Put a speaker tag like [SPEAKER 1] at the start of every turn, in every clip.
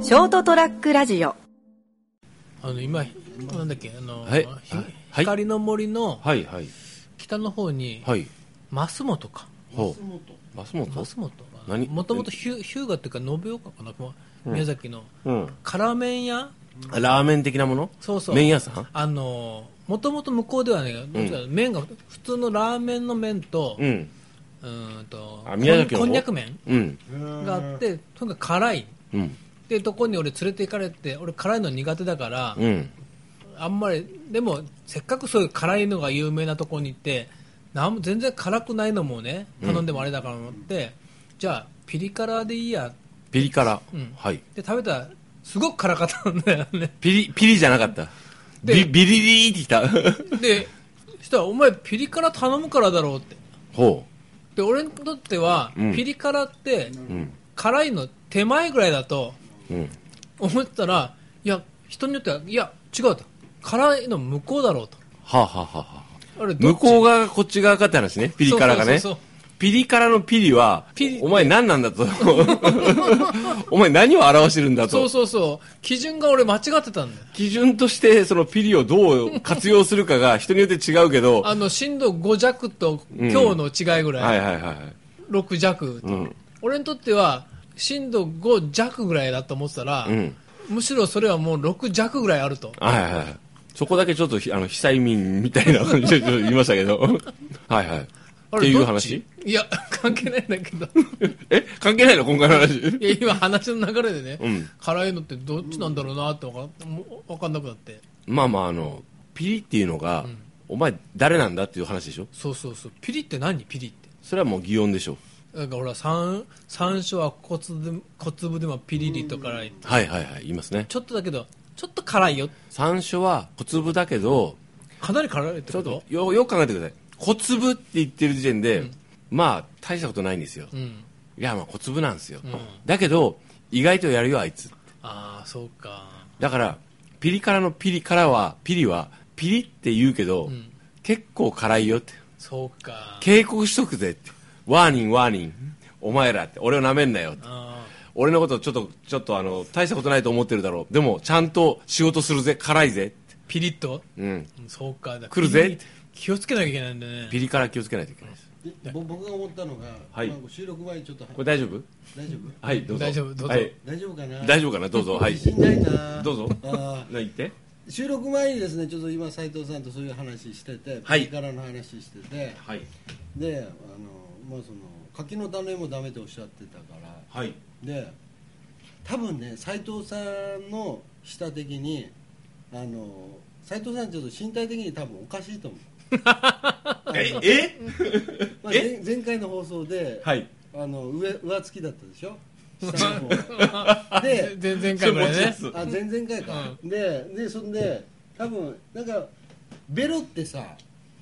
[SPEAKER 1] ショートトラックラジオ
[SPEAKER 2] あの今、なんだっけ、あの、
[SPEAKER 3] はい
[SPEAKER 2] ひ
[SPEAKER 3] はい
[SPEAKER 2] 光の森の
[SPEAKER 3] はいはい
[SPEAKER 2] 北の方に、
[SPEAKER 3] はい
[SPEAKER 2] 増本か、
[SPEAKER 3] ほうマスモ
[SPEAKER 2] 増
[SPEAKER 3] ト
[SPEAKER 2] 本
[SPEAKER 3] 何
[SPEAKER 2] もともと日向っていうか、延岡かな、まあ
[SPEAKER 3] ん
[SPEAKER 2] 宮崎の、
[SPEAKER 3] うん
[SPEAKER 2] 辛麺屋、
[SPEAKER 3] ラーメン的なもの
[SPEAKER 2] そうそう、
[SPEAKER 3] 麺屋さん
[SPEAKER 2] あのもともと向こうではね、どっちか麺が普通のラーメンの麺と、う
[SPEAKER 3] うん
[SPEAKER 2] ーんと
[SPEAKER 3] あ宮崎の
[SPEAKER 2] こんこ
[SPEAKER 3] 方
[SPEAKER 2] んにゃく麺
[SPEAKER 3] うん
[SPEAKER 2] があって、とにかく辛い。
[SPEAKER 3] うん
[SPEAKER 2] でとこに俺連れて行かれて俺辛いの苦手だから、
[SPEAKER 3] うん
[SPEAKER 2] あんまりでもせっかくそういう辛いのが有名なとこに行ってなんも全然辛くないのもね頼んでもあれだから思って、じゃあピリ辛でいいや
[SPEAKER 3] ピリ辛
[SPEAKER 2] うん
[SPEAKER 3] はい
[SPEAKER 2] で食べたらすごく辛かったんだよね
[SPEAKER 3] ピリピリじゃなかった
[SPEAKER 2] で
[SPEAKER 3] ビビリリーってき た
[SPEAKER 2] でそしたら「お前ピリ辛頼むからだろ」うって
[SPEAKER 3] ほ
[SPEAKER 2] で俺にとっては、
[SPEAKER 3] うん
[SPEAKER 2] ピリ辛って
[SPEAKER 3] ううん
[SPEAKER 2] 辛いの手前ぐらいだと
[SPEAKER 3] うん
[SPEAKER 2] 思ったらいや人によってはいや違うと辛いの向こうだろうと
[SPEAKER 3] はあ、はあはあはあ、
[SPEAKER 2] あれどっ
[SPEAKER 3] 向
[SPEAKER 2] ち
[SPEAKER 3] こう側がこっち側かって話ねピリ辛がね
[SPEAKER 2] そうそうそう
[SPEAKER 3] ピリ辛のピリは
[SPEAKER 2] ピリ
[SPEAKER 3] お前何なんだ とお前何を表してるんだと
[SPEAKER 2] そうそうそう基準が俺間違ってたんだよ
[SPEAKER 3] 基準としてそのピリをどう活用するかが人によって違うけど
[SPEAKER 2] あの震度5弱と強の違いぐらい、
[SPEAKER 3] はいはいはいはい
[SPEAKER 2] 6弱、
[SPEAKER 3] うん
[SPEAKER 2] 俺にとっては震度5弱ぐらいだと思ってたら、
[SPEAKER 3] うん
[SPEAKER 2] むしろそれはもう6弱ぐらいあると
[SPEAKER 3] はいはいはいそこだけちょっとひあの被災民みたいな感じでちょっと言いましたけど はいはい
[SPEAKER 2] あ
[SPEAKER 3] っ
[SPEAKER 2] れ
[SPEAKER 3] ていう
[SPEAKER 2] どっち
[SPEAKER 3] 話
[SPEAKER 2] いや関係ないんだけど
[SPEAKER 3] え関係ないの今回の話
[SPEAKER 2] いや今話の流れでね、
[SPEAKER 3] うん
[SPEAKER 2] 辛いのってどっちなんだろうなって分かもう分かんなくなって
[SPEAKER 3] まあまああのピリっていうのが、お前誰なんだっていう話でしょ
[SPEAKER 2] そうそうそうピリって何ピリって
[SPEAKER 3] それはもう擬音でしょ
[SPEAKER 2] なんかほら山山椒は小粒小粒でもピリリと辛い
[SPEAKER 3] はいはいはい言いますね
[SPEAKER 2] ちょっとだけどちょっと辛いよ
[SPEAKER 3] 山椒は小粒だけど
[SPEAKER 2] かなり辛いって
[SPEAKER 3] ちょ
[SPEAKER 2] こ
[SPEAKER 3] っと
[SPEAKER 2] と
[SPEAKER 3] よよく考えてください小粒って言ってる時点で、まあ大したことないんですよ、
[SPEAKER 2] う
[SPEAKER 3] い
[SPEAKER 2] ん
[SPEAKER 3] やまあ小粒なんですよ、だけど意外とやるよあいつ
[SPEAKER 2] ああそうか
[SPEAKER 3] だからピリ辛のピリ辛はピリはピリって言うけど、
[SPEAKER 2] ん
[SPEAKER 3] 結構辛いよって
[SPEAKER 2] そうか
[SPEAKER 3] 警告しとくぜってワーニンワーニンお前らって俺をなめんなよって
[SPEAKER 2] あ
[SPEAKER 3] 俺のことちょっとちょっとあの大したことないと思ってるだろうでもちゃんと仕事するぜ辛いぜって
[SPEAKER 2] ーピリッと
[SPEAKER 3] うん
[SPEAKER 2] そうかだ
[SPEAKER 3] 来るぜ
[SPEAKER 2] ピリ気をつけなきゃいけないんだね
[SPEAKER 3] ピリ辛気をつけないといけないです
[SPEAKER 4] でぼ僕が思ったのが、
[SPEAKER 3] はい
[SPEAKER 4] まあ収録前にちょっと
[SPEAKER 3] これ大丈夫
[SPEAKER 4] 大丈夫
[SPEAKER 3] はいどうぞ
[SPEAKER 2] 大丈夫どうぞ
[SPEAKER 3] はい
[SPEAKER 4] 大丈夫かな
[SPEAKER 3] 大丈夫かなどうぞはい
[SPEAKER 4] 自信ないな
[SPEAKER 3] どうぞ
[SPEAKER 4] あ
[SPEAKER 3] 何言って
[SPEAKER 4] ー収録前にですねちょっと今斉藤さんとそういう話してて、
[SPEAKER 3] はい
[SPEAKER 4] ピリ辛の話してて
[SPEAKER 3] はい
[SPEAKER 4] であのまあその柿の種もダメとおっしゃってたから
[SPEAKER 3] はい
[SPEAKER 4] で多分ね斉藤さんの舌的にあの斉藤さんちょっと身体的に多分おかしいと思
[SPEAKER 3] え
[SPEAKER 4] うあの
[SPEAKER 3] え
[SPEAKER 4] まあ、前前回の放送で、
[SPEAKER 3] はい
[SPEAKER 4] あの上上付きだったで しょ下の方で
[SPEAKER 2] 全然前回 ぐらいね
[SPEAKER 3] それ持ち
[SPEAKER 4] あ前々回か、ででそんで多分なんかベロってさ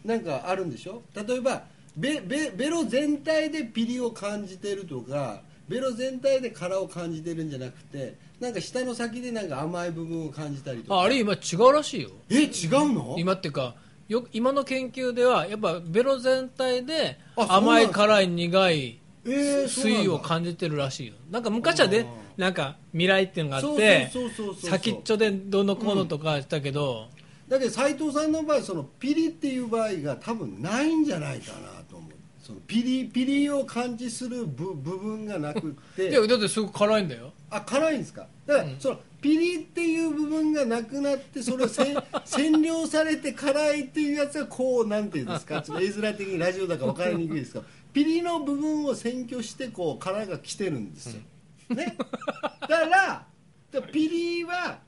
[SPEAKER 4] なんかあるんでしょ例えばベベベロ全体でピリを感じてるとかベロ全体で殻を感じてるんじゃなくてなんか下の先でなんか甘い部分を感じたりとか
[SPEAKER 2] ああれ今違うらしいよ
[SPEAKER 4] え違うの
[SPEAKER 2] 今っていうかよ今の研究ではやっぱベロ全体で
[SPEAKER 4] あそうなんだ
[SPEAKER 2] 甘い辛い苦い
[SPEAKER 4] えーそうなんだ
[SPEAKER 2] 水を感じてるらしいよなんか昔はねなんか未来っていうのがあって
[SPEAKER 4] そうそうそうそうそう
[SPEAKER 2] 先っちょでどうのこうのとかしたけど、
[SPEAKER 4] だけど斉藤さんの場合そのピリっていう場合が多分ないんじゃないかなと思うそのピリピリを感じする部部分がなくって
[SPEAKER 2] いやだってすごく辛いんだよ
[SPEAKER 4] あ辛いんですかだから、そのピリっていう部分がなくなってそれをせ ん占領されて辛いっていうやつがこうなんていうんですかちょっと絵面的にラジオだから分かりにくいですけどピリの部分を占拠してこう辛が来てるんですよ、ねだからだからピリは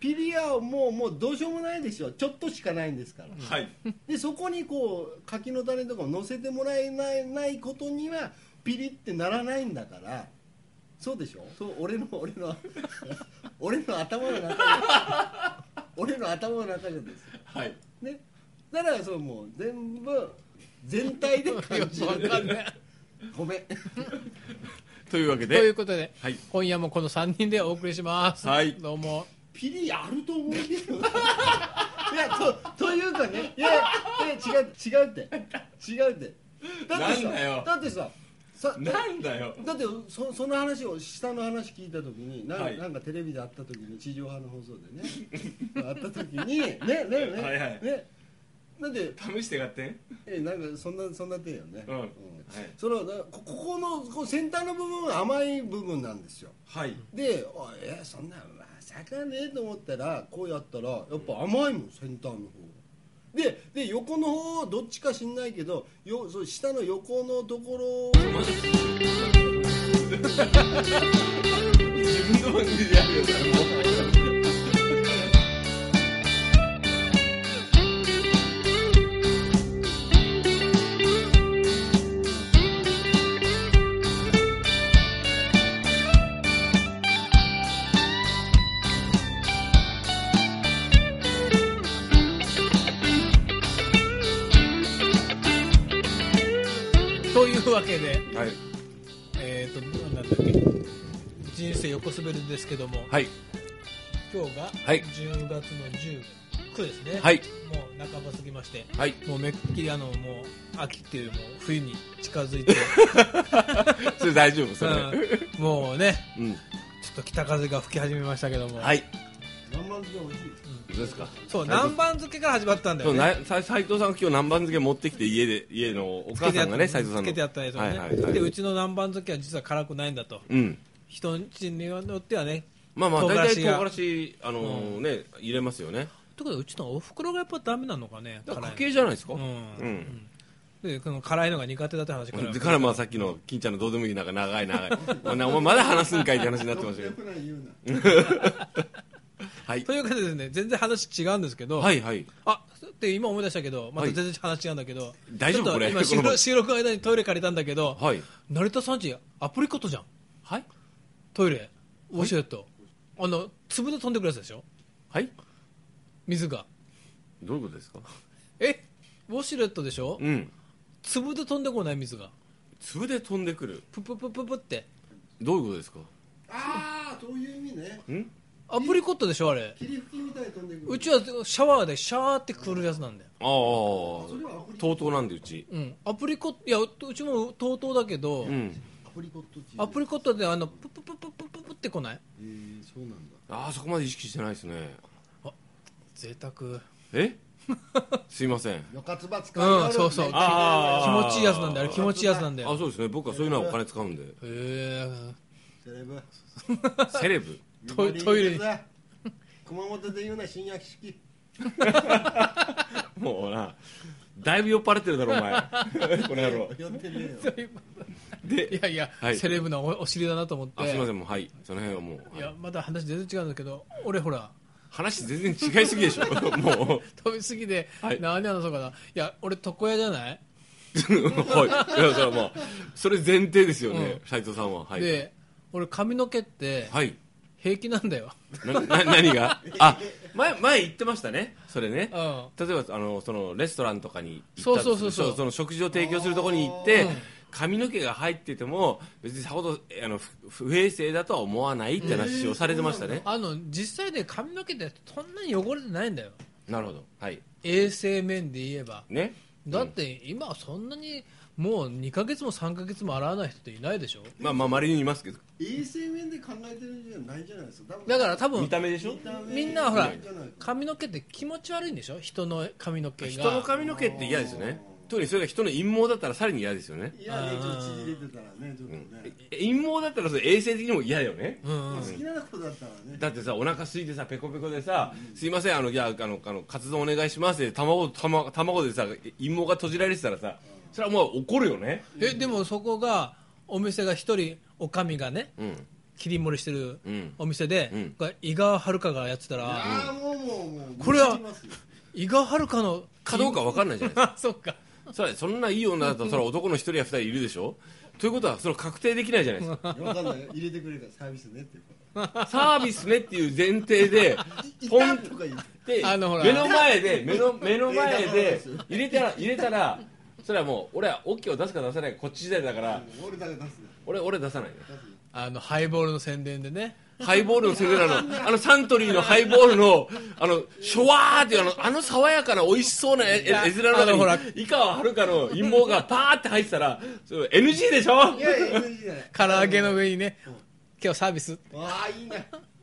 [SPEAKER 4] ピリはもうもうどうしようもないですよちょっとしかないんですから、
[SPEAKER 3] はい
[SPEAKER 4] でそこにこう柿の種とかを乗せてもらえないないことにはピリってならないんだからそうでしょそう俺の俺 の俺の頭の中で俺の頭の中でですよ
[SPEAKER 3] はい
[SPEAKER 4] ねだからそうもう全部全 体で感じ
[SPEAKER 2] わかん
[SPEAKER 4] る
[SPEAKER 2] ない
[SPEAKER 4] ごめん
[SPEAKER 3] というわけ
[SPEAKER 2] という
[SPEAKER 3] で
[SPEAKER 2] ことで、
[SPEAKER 3] はい
[SPEAKER 2] 今夜もこの3人でお送りします、
[SPEAKER 3] はい
[SPEAKER 2] どうも
[SPEAKER 4] ピリあると思うけど いやとというかねいやいや違う違うって違うってだっ
[SPEAKER 3] な
[SPEAKER 4] て
[SPEAKER 3] ん
[SPEAKER 4] さ
[SPEAKER 3] だよ
[SPEAKER 4] だってささ
[SPEAKER 3] なんだよ
[SPEAKER 4] だってそその話を下の話聞いた時になん,、
[SPEAKER 3] はい
[SPEAKER 4] なんかテレビで会った時に地上波の放送でね 会った時にねねねね
[SPEAKER 3] はいはい
[SPEAKER 4] ねなんで
[SPEAKER 3] 試してやってん
[SPEAKER 4] えなんかそんなそんな手よね、
[SPEAKER 3] うんはい
[SPEAKER 4] そのだこここのこう先端の部分は甘い部分なんですよ
[SPEAKER 3] はい
[SPEAKER 4] で「おいえそんなまさかね」と思ったらこうやったらやっぱ甘いもん先端の方でで横の方どっちか知んないけどよそう下の横のところを
[SPEAKER 3] 自分の番組でやるよ
[SPEAKER 2] というわけで、
[SPEAKER 3] はい
[SPEAKER 2] えっ、と、なんだっけ、人生横滑りですけども、
[SPEAKER 3] はい
[SPEAKER 2] 今日が
[SPEAKER 3] はい
[SPEAKER 2] 10月の19ですね、
[SPEAKER 3] はい
[SPEAKER 2] もう半ば過ぎまして、
[SPEAKER 3] はい
[SPEAKER 2] もうめっきりあのもう秋っていうよりも冬に近づいて、
[SPEAKER 3] それ大丈 夫それ
[SPEAKER 2] うんもうね、
[SPEAKER 3] うん
[SPEAKER 2] ちょっと北風が吹き始めましたけども、
[SPEAKER 3] はい
[SPEAKER 4] 南蛮漬け美味しいです
[SPEAKER 3] どうですか
[SPEAKER 2] そう、南蛮漬けから始まったんだ
[SPEAKER 3] そ
[SPEAKER 2] よ
[SPEAKER 3] う
[SPEAKER 2] ね。
[SPEAKER 3] なさ斉藤さんが今日南蛮漬け持ってきて家で家のお母さんがね
[SPEAKER 2] つけ
[SPEAKER 3] 斉藤さんの
[SPEAKER 2] つけてやったやつをね、
[SPEAKER 3] はいはいはい
[SPEAKER 2] でうちの南蛮漬けは実は辛くないんだと
[SPEAKER 3] うん
[SPEAKER 2] 人んちによってはね
[SPEAKER 3] まあまあ
[SPEAKER 2] 唐辛
[SPEAKER 3] 大体
[SPEAKER 2] 子が
[SPEAKER 3] 唐辛子あのーね入れますよね
[SPEAKER 2] ということでうちのおふくろがやっぱダメなのかね
[SPEAKER 3] だから
[SPEAKER 2] 辛
[SPEAKER 3] 家
[SPEAKER 2] い
[SPEAKER 3] 系じゃないですか
[SPEAKER 2] のう
[SPEAKER 3] うんん
[SPEAKER 2] でこの辛いのが苦手だって話から
[SPEAKER 3] だからまあさっきの金ちゃんのどうでもいいなんか長い長いお前お前まだ話すんかいって話になってましたけど
[SPEAKER 4] くない言うな
[SPEAKER 3] はい
[SPEAKER 2] ということでですね全然話違うんですけど、
[SPEAKER 3] はいはい
[SPEAKER 2] あって今思い出したけどまた全然話違うんだけど、
[SPEAKER 3] 大丈夫
[SPEAKER 2] ちょっと
[SPEAKER 3] これ
[SPEAKER 2] 今収
[SPEAKER 3] この
[SPEAKER 2] 録収録の間にトイレ借りたんだけど、
[SPEAKER 3] はい
[SPEAKER 2] 成田さんちアプリコットじゃん
[SPEAKER 3] はい
[SPEAKER 2] トイレウォシュレットあの粒で飛んでくるやつでしょ
[SPEAKER 3] はい
[SPEAKER 2] 水が
[SPEAKER 3] どういうことですか
[SPEAKER 2] えウォシュレットでしょ
[SPEAKER 3] うん
[SPEAKER 2] 粒で飛んでこない水が
[SPEAKER 3] 粒で飛んでくる
[SPEAKER 2] プププププって
[SPEAKER 3] どういうことですか
[SPEAKER 4] ああそういう意味ね
[SPEAKER 2] アプリコットでしょあれ
[SPEAKER 4] 霧吹きみたいに飛んでくる
[SPEAKER 2] うちはシャワーでシャーってくるやつなんだよ
[SPEAKER 3] ああとうとうなんでうち
[SPEAKER 2] うんアプリコットいやううちも TOTO だけど、
[SPEAKER 3] うん
[SPEAKER 4] アプリコットチーズ
[SPEAKER 2] アプリコットであのプププププププってこない
[SPEAKER 4] えー、そうなんだ
[SPEAKER 3] ああそこまで意識してないですね
[SPEAKER 2] 贅沢
[SPEAKER 3] えすいません
[SPEAKER 4] よかつば使
[SPEAKER 2] うんそうそう
[SPEAKER 4] あ
[SPEAKER 2] 気
[SPEAKER 3] あー
[SPEAKER 2] 持ちいいやつなんだよあれ気持ちいいやつなんだ
[SPEAKER 3] あ
[SPEAKER 2] よ
[SPEAKER 3] そうですね僕はそういうのはお金使 うんで
[SPEAKER 2] へえ
[SPEAKER 4] セレブ
[SPEAKER 3] セレブ
[SPEAKER 2] トイトイレに
[SPEAKER 4] 呼ばれてください熊本で言うな新薬式
[SPEAKER 3] もうなだいぶ酔っ払ってるだろお前 この野郎
[SPEAKER 4] 寄ってねえよ
[SPEAKER 2] い
[SPEAKER 3] で
[SPEAKER 2] やいや、
[SPEAKER 3] はい
[SPEAKER 2] セレブなおお尻だなと思って
[SPEAKER 3] あすいませんもうはいその辺はもう
[SPEAKER 2] いやまだ話全然違うんだけど俺ほら
[SPEAKER 3] 話全然違いすぎでしょもう
[SPEAKER 2] 飛びすぎで、
[SPEAKER 3] はい
[SPEAKER 2] 何話そうかないや俺床屋じゃない、
[SPEAKER 3] はいいやそれはもうそれ前提ですよね
[SPEAKER 2] う
[SPEAKER 3] 斉藤さんははい
[SPEAKER 2] で俺髪の毛って
[SPEAKER 3] はい
[SPEAKER 2] 平気なんだよ、
[SPEAKER 3] なな何があ前前言ってましたねそれね
[SPEAKER 2] うん
[SPEAKER 3] 例えばあのそのレストランとかに
[SPEAKER 2] そう
[SPEAKER 3] 行った
[SPEAKER 2] そうそう
[SPEAKER 3] とする
[SPEAKER 2] そう
[SPEAKER 3] その食事を提供するところに行って
[SPEAKER 2] あーうん
[SPEAKER 3] 髪の毛が入ってても別にさほどえあのふ不衛生だとは思わないって話をされてましたね、
[SPEAKER 2] あの実際ね髪の毛ってそんなに汚れてないんだよ
[SPEAKER 3] なるほどはい
[SPEAKER 2] 衛生面で言えば
[SPEAKER 3] ね
[SPEAKER 2] だって今はそんなにもう2ヶ月も3ヶ月も洗わない人っていないでしょ
[SPEAKER 3] まあまあまれにいますけど
[SPEAKER 4] 衛生面で考えてるんじゃないじゃないですか多分
[SPEAKER 2] だから多分
[SPEAKER 3] 見た目でしょ
[SPEAKER 4] 見た目
[SPEAKER 2] みんなほら
[SPEAKER 4] じゃない
[SPEAKER 2] 髪の毛って気持ち悪いんでしょ人の髪の毛が
[SPEAKER 3] 人の髪の毛って嫌ですよね特にそれが人の陰毛だったらさらに嫌ですよね
[SPEAKER 4] いやねちょっと縮れてたらねちょっとね、
[SPEAKER 3] え陰毛だったらそれ衛生的にも嫌だよね、
[SPEAKER 2] うんうん
[SPEAKER 4] 好きなことだったらね
[SPEAKER 3] だってさお腹空いてさペコペコでさ「すいませんあのいやあのあのカツ丼お願いします」で卵卵卵でさ陰毛が閉じられてたらさそれはもう怒るよね
[SPEAKER 2] えでもそこがお店が一人おかみがね
[SPEAKER 3] うん
[SPEAKER 2] 切り盛りしてる
[SPEAKER 3] うん
[SPEAKER 2] お店で、
[SPEAKER 3] うん
[SPEAKER 2] これ井川遥がやってたら
[SPEAKER 4] ああもうもうもう
[SPEAKER 2] これは
[SPEAKER 4] 見つかりますよ
[SPEAKER 2] 井川遥の
[SPEAKER 3] かどうか分かんないじゃないで
[SPEAKER 2] あ そっか
[SPEAKER 3] すかそれそんないい女だとそれは男の一人や二人いるでしょということはそれ確定できないじゃないですか
[SPEAKER 4] わかんない入れてくれるからサービスねっていうか
[SPEAKER 3] サービスねっていう前提で
[SPEAKER 4] い
[SPEAKER 3] ポ
[SPEAKER 4] た
[SPEAKER 3] ン
[SPEAKER 4] とか言って
[SPEAKER 3] で
[SPEAKER 2] あのほら
[SPEAKER 3] 目の前で目の目の前で入れたら入れたらそれはもう俺は OK を出すか出さないかこっち次第だから
[SPEAKER 4] 俺だけ出す
[SPEAKER 3] 俺俺出さないね
[SPEAKER 2] あのハイボールの宣伝でね
[SPEAKER 3] ハイボールのせいであの、あのサントリーのハイボールの、あの、シュワーっていうあの、あの爽やかな美味しそうな絵絵絵面の
[SPEAKER 2] あのほ
[SPEAKER 3] 中
[SPEAKER 2] ら
[SPEAKER 3] に、井川遥の陰謀がパーって入ってたら、それ NG でしょ
[SPEAKER 4] いやいや NG じゃない
[SPEAKER 2] 唐揚げの上にね今日サービス
[SPEAKER 4] わあいいな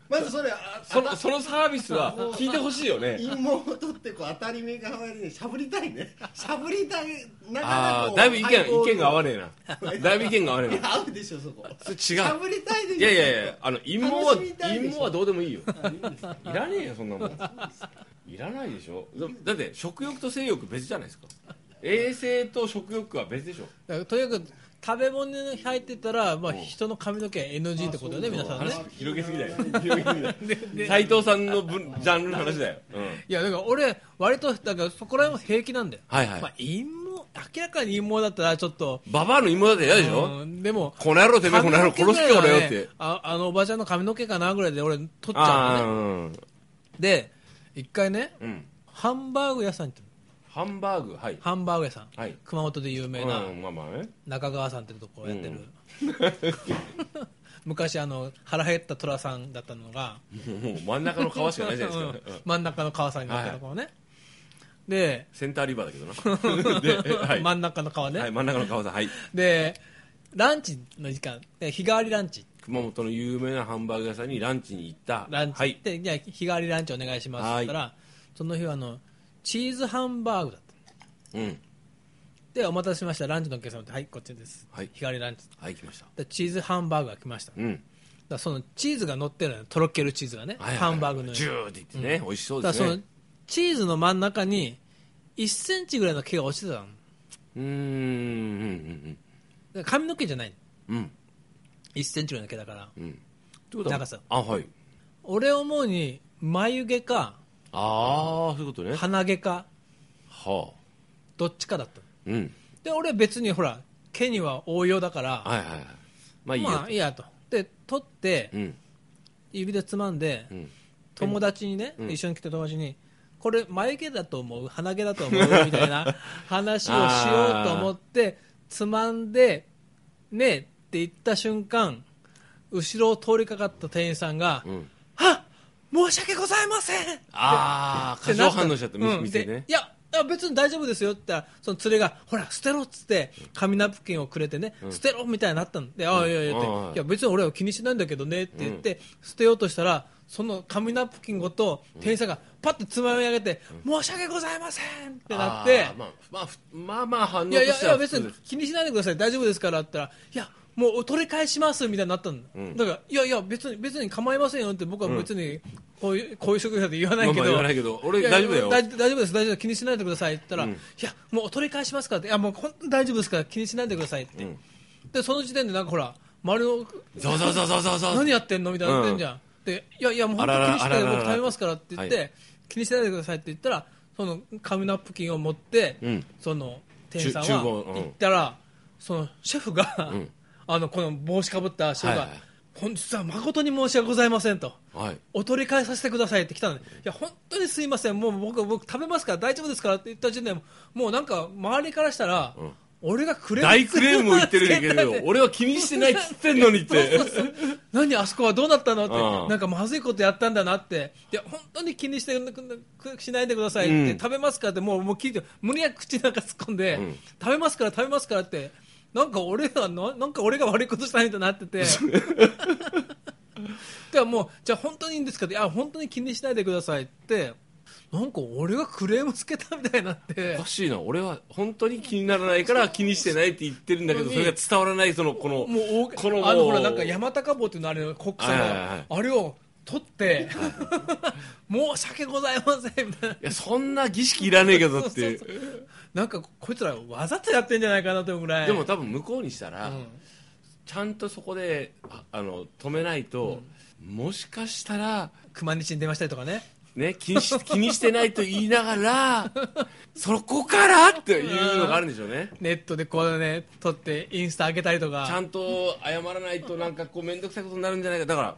[SPEAKER 4] まずそれあ
[SPEAKER 3] その、そのサービスは聞いてほしいよね。
[SPEAKER 4] 陰謀を取ってこう当たり目がわりにしゃぶりたいねしゃぶりたいなかなか
[SPEAKER 3] あ
[SPEAKER 4] こ
[SPEAKER 3] あ、
[SPEAKER 4] う
[SPEAKER 3] だいぶ意見、
[SPEAKER 4] ハイボール
[SPEAKER 3] 意見が合わねえな。だいぶ意見が合わ
[SPEAKER 4] い
[SPEAKER 3] ねえ
[SPEAKER 4] や
[SPEAKER 3] な。
[SPEAKER 4] 合うでしょそこ
[SPEAKER 3] それ
[SPEAKER 4] しゃ
[SPEAKER 3] 違う。
[SPEAKER 4] ぶりたいでしょ
[SPEAKER 3] いやいやいや、あの、陰謀は、
[SPEAKER 4] 楽しみたいでしょ
[SPEAKER 3] 陰謀はどうでもいいよ。
[SPEAKER 4] あいいんですか
[SPEAKER 3] いらねえよ、そんなもん。いらないでしょ。だだって、食欲と性欲別じゃないですか。衛生と食欲は別でしょ。
[SPEAKER 2] だからとにかく食べ物に入ってたら、まあ、人の髪の毛 NG ってことよね
[SPEAKER 4] あそう
[SPEAKER 2] 皆
[SPEAKER 4] そう
[SPEAKER 2] さんね
[SPEAKER 3] 話広げすぎだよ広げすぎ だよ 斎藤さんの分ジャンルの話だよ、うん、
[SPEAKER 2] いやだから俺割とだからそこら辺は平気なんだよ、
[SPEAKER 3] はいはい
[SPEAKER 2] まあ、陰謀明らかに陰謀だったらちょっと
[SPEAKER 3] ババアの妹だって嫌でしょ、
[SPEAKER 2] うんでも
[SPEAKER 3] この野郎てめえこの野郎殺すけ
[SPEAKER 2] 髪の毛
[SPEAKER 3] 俺
[SPEAKER 2] が
[SPEAKER 3] よ
[SPEAKER 2] ね
[SPEAKER 3] って、
[SPEAKER 2] ああのおばちゃんの髪の毛かなぐらいで俺取っちゃう
[SPEAKER 3] ああ
[SPEAKER 2] のね
[SPEAKER 3] うん、
[SPEAKER 2] で一回ね
[SPEAKER 3] うん、
[SPEAKER 2] ハンバーグ屋さん行って
[SPEAKER 3] ハンバーグはい、
[SPEAKER 2] ハンバーグ屋さん、
[SPEAKER 3] はい
[SPEAKER 2] 熊本で有名な
[SPEAKER 3] うん、まあまあね
[SPEAKER 2] 中川さんってとこやってる、
[SPEAKER 3] うん
[SPEAKER 2] 昔あの腹減った寅さんだったのが
[SPEAKER 3] もう真ん中の川しかないじゃないですか、
[SPEAKER 2] うん
[SPEAKER 3] うん
[SPEAKER 2] 真ん中の川さんになったところね、で、
[SPEAKER 3] センターリバーだけ どなで、はい
[SPEAKER 2] 真ん中の川ね、
[SPEAKER 3] はい、真ん中の川さんはい
[SPEAKER 2] でランチの時間で日替わりランチ
[SPEAKER 3] 熊本の有名なハンバーグ屋さんにランチに行った
[SPEAKER 2] ランチ
[SPEAKER 3] は
[SPEAKER 2] 行
[SPEAKER 3] い
[SPEAKER 2] って、じゃあ日替わりランチお願いしますって言ったら、その日はあのチーズハンバーグだった
[SPEAKER 3] うん
[SPEAKER 2] でお待たせしましたランチのお客様ってはいこっちです、
[SPEAKER 3] はい
[SPEAKER 2] 日替わりランチ
[SPEAKER 3] はい来ました
[SPEAKER 2] でチーズハンバーグが来ました、だか
[SPEAKER 3] うん
[SPEAKER 2] らそのチーズが乗ってるのよとろけるチーズがね、
[SPEAKER 3] はいはい
[SPEAKER 2] ハンバーグの
[SPEAKER 3] ジ
[SPEAKER 2] に
[SPEAKER 3] ューって言ってね、美味しそう
[SPEAKER 2] だから
[SPEAKER 3] です
[SPEAKER 2] そ
[SPEAKER 3] ね
[SPEAKER 2] のチーズの真ん中に1センチぐらいの毛が落ちてたの
[SPEAKER 3] うーんうん
[SPEAKER 2] で髪の毛じゃない
[SPEAKER 3] うんうん
[SPEAKER 2] 1センチぐらいの毛だから
[SPEAKER 3] うんってことは
[SPEAKER 2] 長さ
[SPEAKER 3] あはい
[SPEAKER 2] 俺思うに眉毛か
[SPEAKER 3] ああそういうことねは
[SPEAKER 2] 鼻毛か
[SPEAKER 3] あ
[SPEAKER 2] どっちかだったの
[SPEAKER 3] うん
[SPEAKER 2] で俺別にほら毛には応用だから、
[SPEAKER 3] はいはいはいまあいいよ、
[SPEAKER 2] まあいいやとで取って
[SPEAKER 3] うん
[SPEAKER 2] 指でつまんで、
[SPEAKER 3] うん
[SPEAKER 2] 友達にね、
[SPEAKER 3] うん
[SPEAKER 2] 一緒に来た友達にこれ眉毛だと思う鼻毛だと思うみたい な話をしようと思ってつまんでねえって言った瞬間後ろを通りかかった店員さんが
[SPEAKER 3] うん
[SPEAKER 2] 「はっ申し訳ございません!」
[SPEAKER 3] ああ過剰反応しちゃったみ
[SPEAKER 2] うん
[SPEAKER 3] 店ね
[SPEAKER 2] でいやいや別に大丈夫ですよって言ったらその連れがほら捨てろっつって紙ナプキンをくれてね、捨てろみたいになったんで、ああいやいやって、
[SPEAKER 3] うんはい
[SPEAKER 2] いや別に俺は気にしないんだけどねって言って、捨てようとしたらその紙ナプキンごと店員さんがパッとつまみ上げて、申し訳ございませんってなって、
[SPEAKER 3] あーまあまあふまあまあ反応
[SPEAKER 2] い
[SPEAKER 3] と
[SPEAKER 2] やい
[SPEAKER 3] し
[SPEAKER 2] やい
[SPEAKER 3] ては
[SPEAKER 2] や
[SPEAKER 3] 普
[SPEAKER 2] 別
[SPEAKER 3] 通
[SPEAKER 2] に
[SPEAKER 3] です
[SPEAKER 2] 気にしないでください大丈夫ですからって言ったらいやもうお取り返しますみたいになったんだ、
[SPEAKER 3] ん
[SPEAKER 2] だからいやいや別に別に構いませんよって僕は別にこういう,、こういう職業だって言わないけど、
[SPEAKER 3] まあまあ言わないけど俺
[SPEAKER 2] いや
[SPEAKER 3] 大丈夫だよ
[SPEAKER 2] 大大丈夫です大丈夫です気にしないでくださいって言ったら、いやもうお取り返しますからっていやもう本当に大丈夫ですから気にしないでくださいって、
[SPEAKER 3] うん
[SPEAKER 2] でその時点でなんかほら周りの
[SPEAKER 3] そうそうそうそうそうそう
[SPEAKER 2] 何やってんのみたいになってんじゃん、でいやいやもう本当
[SPEAKER 3] あら
[SPEAKER 2] に
[SPEAKER 3] ら
[SPEAKER 2] 気にしないで
[SPEAKER 3] あらら
[SPEAKER 2] 僕食べますからって言って、
[SPEAKER 3] は
[SPEAKER 2] 気にしないでくださいって言ったらその紙ナプキンを持って、
[SPEAKER 3] うん
[SPEAKER 2] その店員さん
[SPEAKER 3] ちゅ
[SPEAKER 2] は
[SPEAKER 3] 厨房うん
[SPEAKER 2] 行ったら、そのシェフが、
[SPEAKER 3] ん
[SPEAKER 2] あのこの帽子かぶったシェフが、
[SPEAKER 3] はいはい
[SPEAKER 2] 本日は誠に申し訳ございませんと。
[SPEAKER 3] はい
[SPEAKER 2] お取り替えさせてくださいって来たので、いや、本当にすいません、もう僕、僕、食べますから大丈夫ですからって言った時点で、もうなんか、周りからしたら、
[SPEAKER 3] ん
[SPEAKER 2] 俺がクレーム
[SPEAKER 3] 大クレームを言ってるん だけど
[SPEAKER 2] つけたんで
[SPEAKER 3] 俺は気にしてないっつってんのに って
[SPEAKER 2] 何あそこはどうなったのって、
[SPEAKER 3] うん
[SPEAKER 2] なんかまずいことやったんだなって、いや、本当に気にしてくくしないでくださいって、
[SPEAKER 3] うん
[SPEAKER 2] 食べますからって、もうもう聞いて、無理やり口なんか突っ込んで、
[SPEAKER 3] うん
[SPEAKER 2] 食べますから、食べますからって、なんか俺がな、なんか俺が悪いことしたみたいになってて。 ではもう、じゃあ本当にいいんですかって、あ、本当に気にしないでくださいって、なんか俺がクレームつけたみたいになって
[SPEAKER 3] おか。しいな俺は本当に気にならないから気にしてないって言ってるんだけど
[SPEAKER 2] うん
[SPEAKER 3] それが伝わらないそのこの
[SPEAKER 2] もう大げ
[SPEAKER 3] この
[SPEAKER 2] あの
[SPEAKER 3] もう
[SPEAKER 2] ほらなんか山高帽っていうのあれの国産の、
[SPEAKER 3] はいはいはい
[SPEAKER 2] あれを取って、申し訳ございませんみたいない
[SPEAKER 3] やそんな儀式いらねえけどっていう
[SPEAKER 2] そうなんかこいつらわざとやってんじゃないかなというぐらい
[SPEAKER 3] でも、多分向こうにした
[SPEAKER 2] う
[SPEAKER 3] ら、
[SPEAKER 2] ん
[SPEAKER 3] ちゃんとそこでああの止めないと、もしかしたら、
[SPEAKER 2] 熊日に出ましたりとかね
[SPEAKER 3] ね、気にし気にしてないと言いながらそこからっていうのがあるんでしょうね。
[SPEAKER 2] ネットでこうね撮ってインスタ上げたりとか
[SPEAKER 3] ちゃんと謝らないとなんかこう面倒くさいことになるんじゃないかだから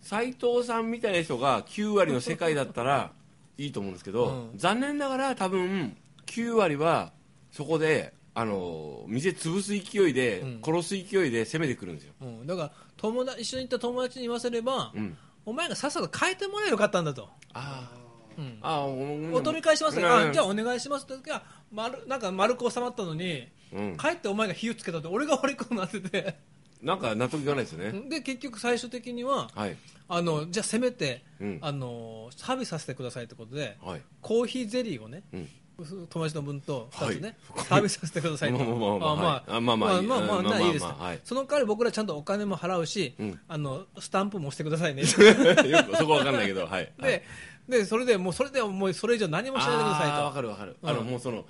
[SPEAKER 3] 斎藤さんみたいな人が9割の世界だったらいいと思うんですけど、
[SPEAKER 2] うん
[SPEAKER 3] 残念ながら多分9割はそこであの店潰す勢いで、
[SPEAKER 2] うん
[SPEAKER 3] 殺す勢いで攻めてくるんですよ、
[SPEAKER 2] うん、だから友達一緒に行った友達に言わせれば、
[SPEAKER 3] うん、
[SPEAKER 2] お前がさっさと変えてもらえばよかったんだと、
[SPEAKER 3] あ
[SPEAKER 2] うん
[SPEAKER 3] ー、あーうん
[SPEAKER 2] お取り返しますよ、
[SPEAKER 3] うん
[SPEAKER 2] あじゃあお願いしますって時は丸なんか丸く収まったのに、
[SPEAKER 3] うん
[SPEAKER 2] 帰ってお前が火をつけたって俺が悪くなってて
[SPEAKER 3] なんか納得いかないですよね、
[SPEAKER 2] で結局最終的には
[SPEAKER 3] はい
[SPEAKER 2] あのじゃあせめて、
[SPEAKER 3] うん
[SPEAKER 2] あのサービスさせてくださいってことで
[SPEAKER 3] はい
[SPEAKER 2] コーヒーゼリーをね、
[SPEAKER 3] うん
[SPEAKER 2] 友達の分と2つね、
[SPEAKER 3] はい
[SPEAKER 2] サービスさせてくださいと
[SPEAKER 3] まあまあまあまあ
[SPEAKER 2] あ
[SPEAKER 3] まあまあ
[SPEAKER 2] まあまあ
[SPEAKER 3] まあまあ
[SPEAKER 2] まあいいです
[SPEAKER 3] まあまあはい
[SPEAKER 2] その代わり僕らちゃんとお金も払うし、
[SPEAKER 3] うん
[SPEAKER 2] あのスタンプも押してくださ いね
[SPEAKER 3] よくそこわかんないけどはいはい
[SPEAKER 2] ででそれでもうそれでもうそれ以上何もしないでくだ
[SPEAKER 3] あーわ
[SPEAKER 2] さ
[SPEAKER 3] か
[SPEAKER 2] い
[SPEAKER 3] るわかる、
[SPEAKER 2] うん
[SPEAKER 3] あのもうその
[SPEAKER 2] と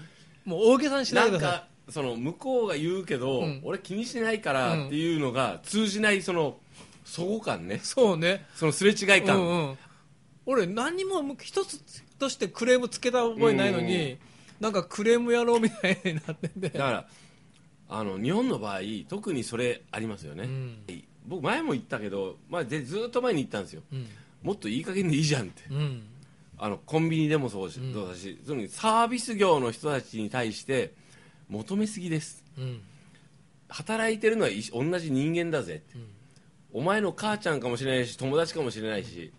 [SPEAKER 2] もう大げさにしな
[SPEAKER 3] ない
[SPEAKER 2] で
[SPEAKER 3] ん
[SPEAKER 2] くださ
[SPEAKER 3] かその向こうが言うけど、
[SPEAKER 2] うん
[SPEAKER 3] 俺気にしてないからっていうのが通じないそのそ互感ね
[SPEAKER 2] いそうね
[SPEAKER 3] そのすれ違いう感、
[SPEAKER 2] んうん俺何もむ一つとしてクレームつけた覚えないのに、なんかクレームやろうみたいになってて
[SPEAKER 3] だからあの日本の場合特にそれありますよね、
[SPEAKER 2] うん
[SPEAKER 3] 僕前も言ったけど、まあ、でずーっと前に言ったんですよ
[SPEAKER 2] うん
[SPEAKER 3] もっといい加減でいいじゃんって
[SPEAKER 2] うん
[SPEAKER 3] あのコンビニでもそうし
[SPEAKER 2] ん
[SPEAKER 3] そうだし、そのサービス業の人たちに対して求めすぎです
[SPEAKER 2] うん
[SPEAKER 3] 働いてるのは一緒同じ人間だぜって、お前の母ちゃんかもしれないし友達かもしれないし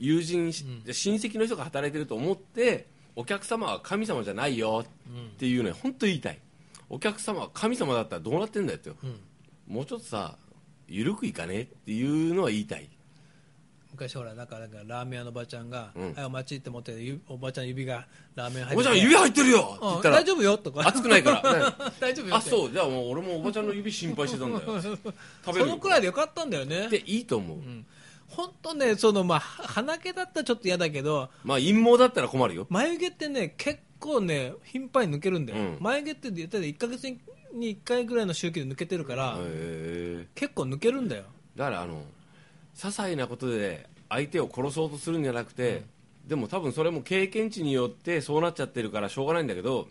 [SPEAKER 3] 友人、親戚の人が働いてると思ってお客様は神様じゃないよっていうのは本当に言いたいお客様は神様だったらどうなってんだよって、
[SPEAKER 2] ん
[SPEAKER 3] もうちょっとさ緩くいかねっていうのは言いたい
[SPEAKER 2] 昔ほらなんかなんかラーメン屋のおばちゃんが「
[SPEAKER 3] うん
[SPEAKER 2] はいお待ち」って思ってゆおばちゃん指がラーメン入
[SPEAKER 3] お
[SPEAKER 2] っ
[SPEAKER 3] ば
[SPEAKER 2] てて
[SPEAKER 3] ちゃん指入ってるよって
[SPEAKER 2] うん
[SPEAKER 3] 言ったら
[SPEAKER 2] 大丈夫よとか
[SPEAKER 3] 熱くない から
[SPEAKER 2] 大丈夫よ
[SPEAKER 3] あ
[SPEAKER 2] って
[SPEAKER 3] そうじゃあもう俺もおばちゃんの指心配してたんだ よ食べる
[SPEAKER 2] そのくらいでよかったんだよね
[SPEAKER 3] でいいと思う、
[SPEAKER 2] 本当ねそのまあは鼻毛だったらちょっと嫌だけど
[SPEAKER 3] まあ陰謀だったら困るよ
[SPEAKER 2] 眉毛ってね結構ね頻繁に抜けるんだよ、
[SPEAKER 3] うん
[SPEAKER 2] 眉毛って言ったら1ヶ月に1回ぐらいの周期で抜けてるから、
[SPEAKER 3] へえ
[SPEAKER 2] 結構抜けるんだよ
[SPEAKER 3] だからあの些細なことで相手を殺そうとするんじゃなくて、でも多分それも経験値によってそうなっちゃってるからしょうがないんだけど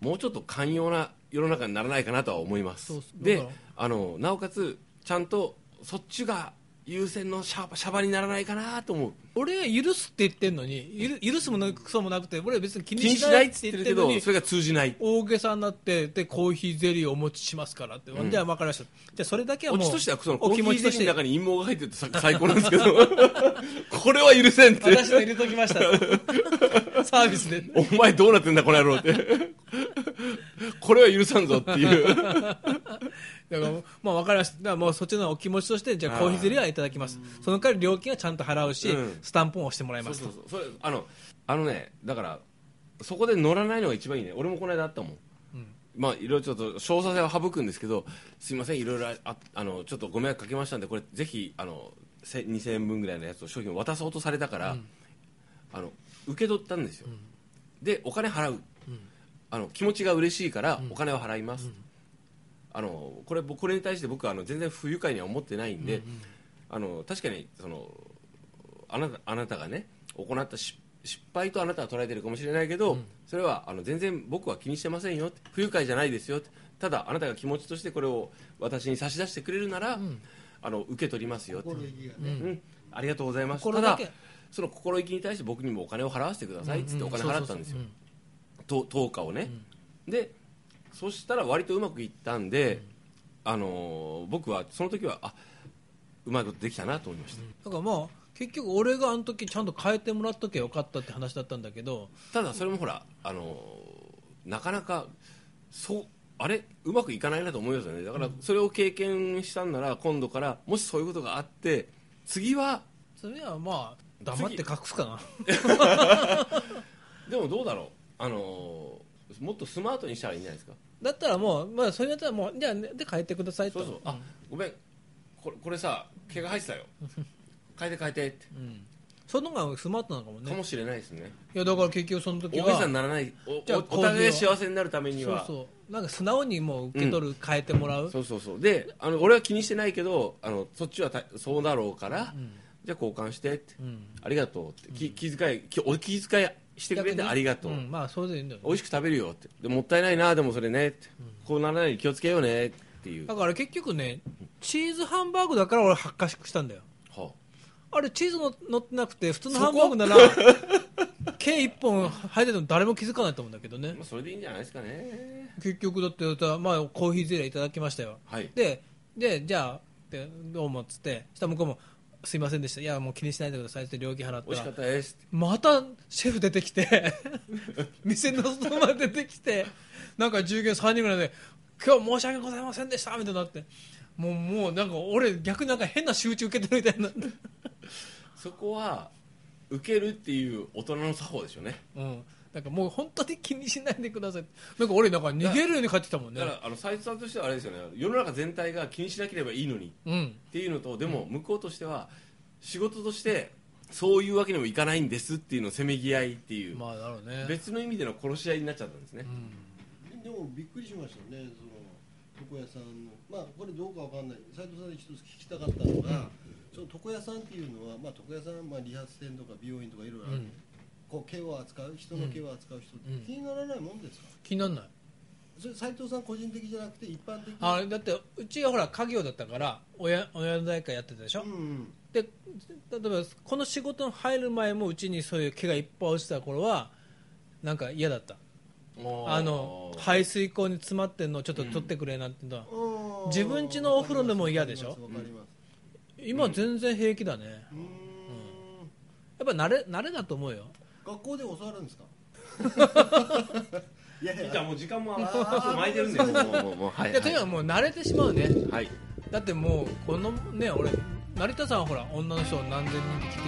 [SPEAKER 3] もうちょっと寛容な世の中にならないかなとは思います
[SPEAKER 2] そうっすだ
[SPEAKER 3] で
[SPEAKER 2] から
[SPEAKER 3] あのなおかつちゃんとそっちが優先のシャバシャバにならないかなと思う
[SPEAKER 2] 俺が許すって言ってんのにゆる許すもなくクソもなくて俺は別に気
[SPEAKER 3] 気
[SPEAKER 2] に
[SPEAKER 3] に
[SPEAKER 2] し
[SPEAKER 3] し
[SPEAKER 2] な
[SPEAKER 3] ないい
[SPEAKER 2] っ
[SPEAKER 3] ってて
[SPEAKER 2] 言っ
[SPEAKER 3] 言ってて
[SPEAKER 2] る
[SPEAKER 3] るけ
[SPEAKER 2] のに
[SPEAKER 3] どそれが通じない
[SPEAKER 2] 大げさになってでコーヒーゼリーをお持ちしますからって、じゃあ分かりましたじゃあそれだけは
[SPEAKER 3] オ
[SPEAKER 2] もう
[SPEAKER 3] チとしてはそのコ
[SPEAKER 2] お
[SPEAKER 3] ー
[SPEAKER 2] 気
[SPEAKER 3] ヒ
[SPEAKER 2] 持
[SPEAKER 3] ー
[SPEAKER 2] ち
[SPEAKER 3] ゼ
[SPEAKER 2] と
[SPEAKER 3] リ
[SPEAKER 2] し
[SPEAKER 3] ーの
[SPEAKER 2] て
[SPEAKER 3] 中に陰謀が入ってるとさ最高なんですけど これは許せんって
[SPEAKER 2] 私の入れときました サービスで
[SPEAKER 3] お前どうなってんだこの野郎ってこれは許さんぞってい
[SPEAKER 2] だ
[SPEAKER 3] う
[SPEAKER 2] からまあ分かりましただからもうそっちのお気持ちとしてじゃあコーヒーゼリーはいただきますその代わり料金はちゃんと払うし、
[SPEAKER 3] うん
[SPEAKER 2] スタンプも押してもらい
[SPEAKER 3] そ
[SPEAKER 2] ま
[SPEAKER 3] う
[SPEAKER 2] す
[SPEAKER 3] そうそうそれあのあのねだからそこで乗らないのが一番いいね俺もこの間あったもん、まあいろいろちょっと詳細は省くんですけどすいませんいろいろあああのちょっとご迷惑かけましたんでこれぜひあのせ2000円分ぐらいのやつを商品を渡そうとされたから、あの受け取ったんですよ、でお金払う、あの気持ちが嬉しいからお金を払います、あのこれ僕これに対して僕はあの全然不愉快には思ってないんで、あの確かにそのあなたあなたがね行ったし失敗とあなたは捉えてるかもしれないけど、それはあの全然僕は気にしてませんよって不愉快じゃないですよってただあなたが気持ちとしてこれを私に差し出してくれるなら、あの受け取りますよって、
[SPEAKER 4] 心意気がね、
[SPEAKER 3] うん、ありがとうございます
[SPEAKER 2] 心
[SPEAKER 3] た
[SPEAKER 2] だ
[SPEAKER 3] だ
[SPEAKER 2] け
[SPEAKER 3] その心意気に対して僕にもお金を払わせてくださいっつってお金払ったんですよ
[SPEAKER 2] う
[SPEAKER 3] と10日をね、でそしたら割とうまくいったんで、あのー僕はその時はあうまいことできたなと思いました、
[SPEAKER 2] だからまあ結局俺があの時ちゃんと変えてもらっときゃよかったって話だったんだけど
[SPEAKER 3] ただそれもほらあのーなかなかそうあれうまくいかないなと思いますよねだからそれを経験したんなら今度からもしそういうことがあって次は
[SPEAKER 2] それはまあ黙って隠すかな
[SPEAKER 3] でもどうだろうあのーもっとスマートにしたらいいんじゃないですか
[SPEAKER 2] だったらもう、まあ、それだったらもうじゃあ、ね、で変えてくださいと
[SPEAKER 3] そうそうあごめんこれこれさ毛が入って たよ変えて変えてって、
[SPEAKER 2] うんその方がスマートなのかも
[SPEAKER 3] かも
[SPEAKER 2] ね
[SPEAKER 3] しれないですね
[SPEAKER 2] いやだから結局その時
[SPEAKER 3] 大
[SPEAKER 2] は
[SPEAKER 3] げさにならないお
[SPEAKER 2] じゃあ
[SPEAKER 3] おお互い幸せになるために
[SPEAKER 2] そう
[SPEAKER 3] は
[SPEAKER 2] そうなんか素直にもう受け取る、変えてもらう
[SPEAKER 3] そうそうそうであの俺は気にしてないけどあのそっちはたそうだろうから、じゃあ交換してって、
[SPEAKER 2] ん
[SPEAKER 3] ありがとうって、き気遣いきお気遣いしてくれてありがとう、
[SPEAKER 2] んまあそれでいいんだよね
[SPEAKER 3] 美味しく食べるよってでもったいないなでもそれねって、こうならないように気をつけようねっていう、
[SPEAKER 2] だから結局ねチーズハンバーグだから俺発火したんだよ
[SPEAKER 3] は
[SPEAKER 2] あれチーズの乗ってなくて普通の
[SPEAKER 3] そこ
[SPEAKER 2] ハンバーグなら 毛一本生えてるの誰も気づかないと思うんだけどね
[SPEAKER 3] まあ、それでいいんじゃないですかね
[SPEAKER 2] 結局だってまあ、コーヒーゼリーいただきましたよ
[SPEAKER 3] はい
[SPEAKER 2] ででじゃあでどうもっつってしたら向こうも「すいませんでしたいやもう気にしないでください」って料金払っ
[SPEAKER 3] 美味
[SPEAKER 2] た
[SPEAKER 3] しからったです
[SPEAKER 2] またシェフ出てきて 店の外まで出てきてなんか従業員3人ぐらいで「今日申し訳ございませんでした」みたいになってもうもうなんか俺逆になんか変な集中受けてるみたいになって。
[SPEAKER 3] そこは受けるっていう大人の作法でしょうね
[SPEAKER 2] うん、なんかもう本当に気にしないでくださいなんか俺なんか逃げるように帰ってきたもんね
[SPEAKER 3] だからあの斉藤さんとしてはあれですよね世の中全体が気にしなければいいのにっ
[SPEAKER 2] うん
[SPEAKER 3] ていうのとでも向こうとしては仕事としてそういうわけにもいかないんですっていうのをせめぎ合いっていう、
[SPEAKER 2] まあだろうね
[SPEAKER 3] 別の意味での殺し合いになっちゃったんですね、
[SPEAKER 4] でもびっくりしましたよねその床屋さんのまあこれどうかわかんない斉藤さんに一つ聞きたかったのが、その床屋さんっていうのは、まあ、床屋さん、まあ、理髪店とか美容院とかいろいろある、
[SPEAKER 2] うん
[SPEAKER 4] こう毛を扱う人の毛を扱う人って
[SPEAKER 2] うん
[SPEAKER 4] 気にならないもんですか、
[SPEAKER 2] 気にならない
[SPEAKER 4] それ斉藤さん個人的じゃなくて一般的
[SPEAKER 2] あだってうちがほら家業だったから親親の代からやってたでしょ、
[SPEAKER 4] うんうん
[SPEAKER 2] で例えばこの仕事に入る前もうちにそういう毛がいっぱい落ちてた頃はなんか嫌だったあの
[SPEAKER 3] はい
[SPEAKER 2] 排水溝に詰まってんのをちょっと取ってくれなんてのは、
[SPEAKER 4] あー
[SPEAKER 2] 自分家のお風呂でも嫌でしょ
[SPEAKER 4] わかります
[SPEAKER 2] 今全然平気だね、
[SPEAKER 4] うーん
[SPEAKER 2] やっぱ慣れ慣れだと思うよ
[SPEAKER 4] 学校で教わるん ですかいやい
[SPEAKER 3] じゃあ
[SPEAKER 4] や
[SPEAKER 3] もう時間もあー巻いてる んでもうもうもうもうはいい、
[SPEAKER 2] やとにかくもう慣れてしまうね
[SPEAKER 3] はい
[SPEAKER 2] だってもうこのね俺成田さんはほら女の人を何千人って切ってきて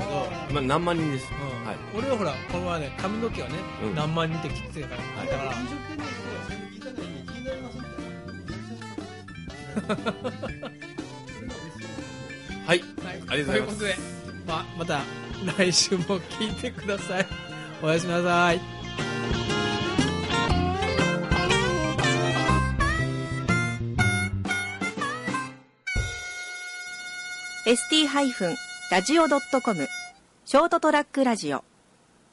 [SPEAKER 2] たけど、
[SPEAKER 3] 今何万人です、
[SPEAKER 2] うん
[SPEAKER 3] はい
[SPEAKER 2] 俺はほらこの前ね髪の毛をね、
[SPEAKER 3] うん
[SPEAKER 2] 何万人って切ってたから、
[SPEAKER 4] あ
[SPEAKER 2] だから
[SPEAKER 4] 飲食店の人はそれ聞いたから気になりますみ
[SPEAKER 3] は
[SPEAKER 2] は
[SPEAKER 3] い、
[SPEAKER 2] い
[SPEAKER 3] ありがとうござ
[SPEAKER 2] とい
[SPEAKER 3] います
[SPEAKER 2] うことで、まあ、また来週も聞いてくださいおやすみなさい
[SPEAKER 1] ー ST-radio.com ショートトラックラジオ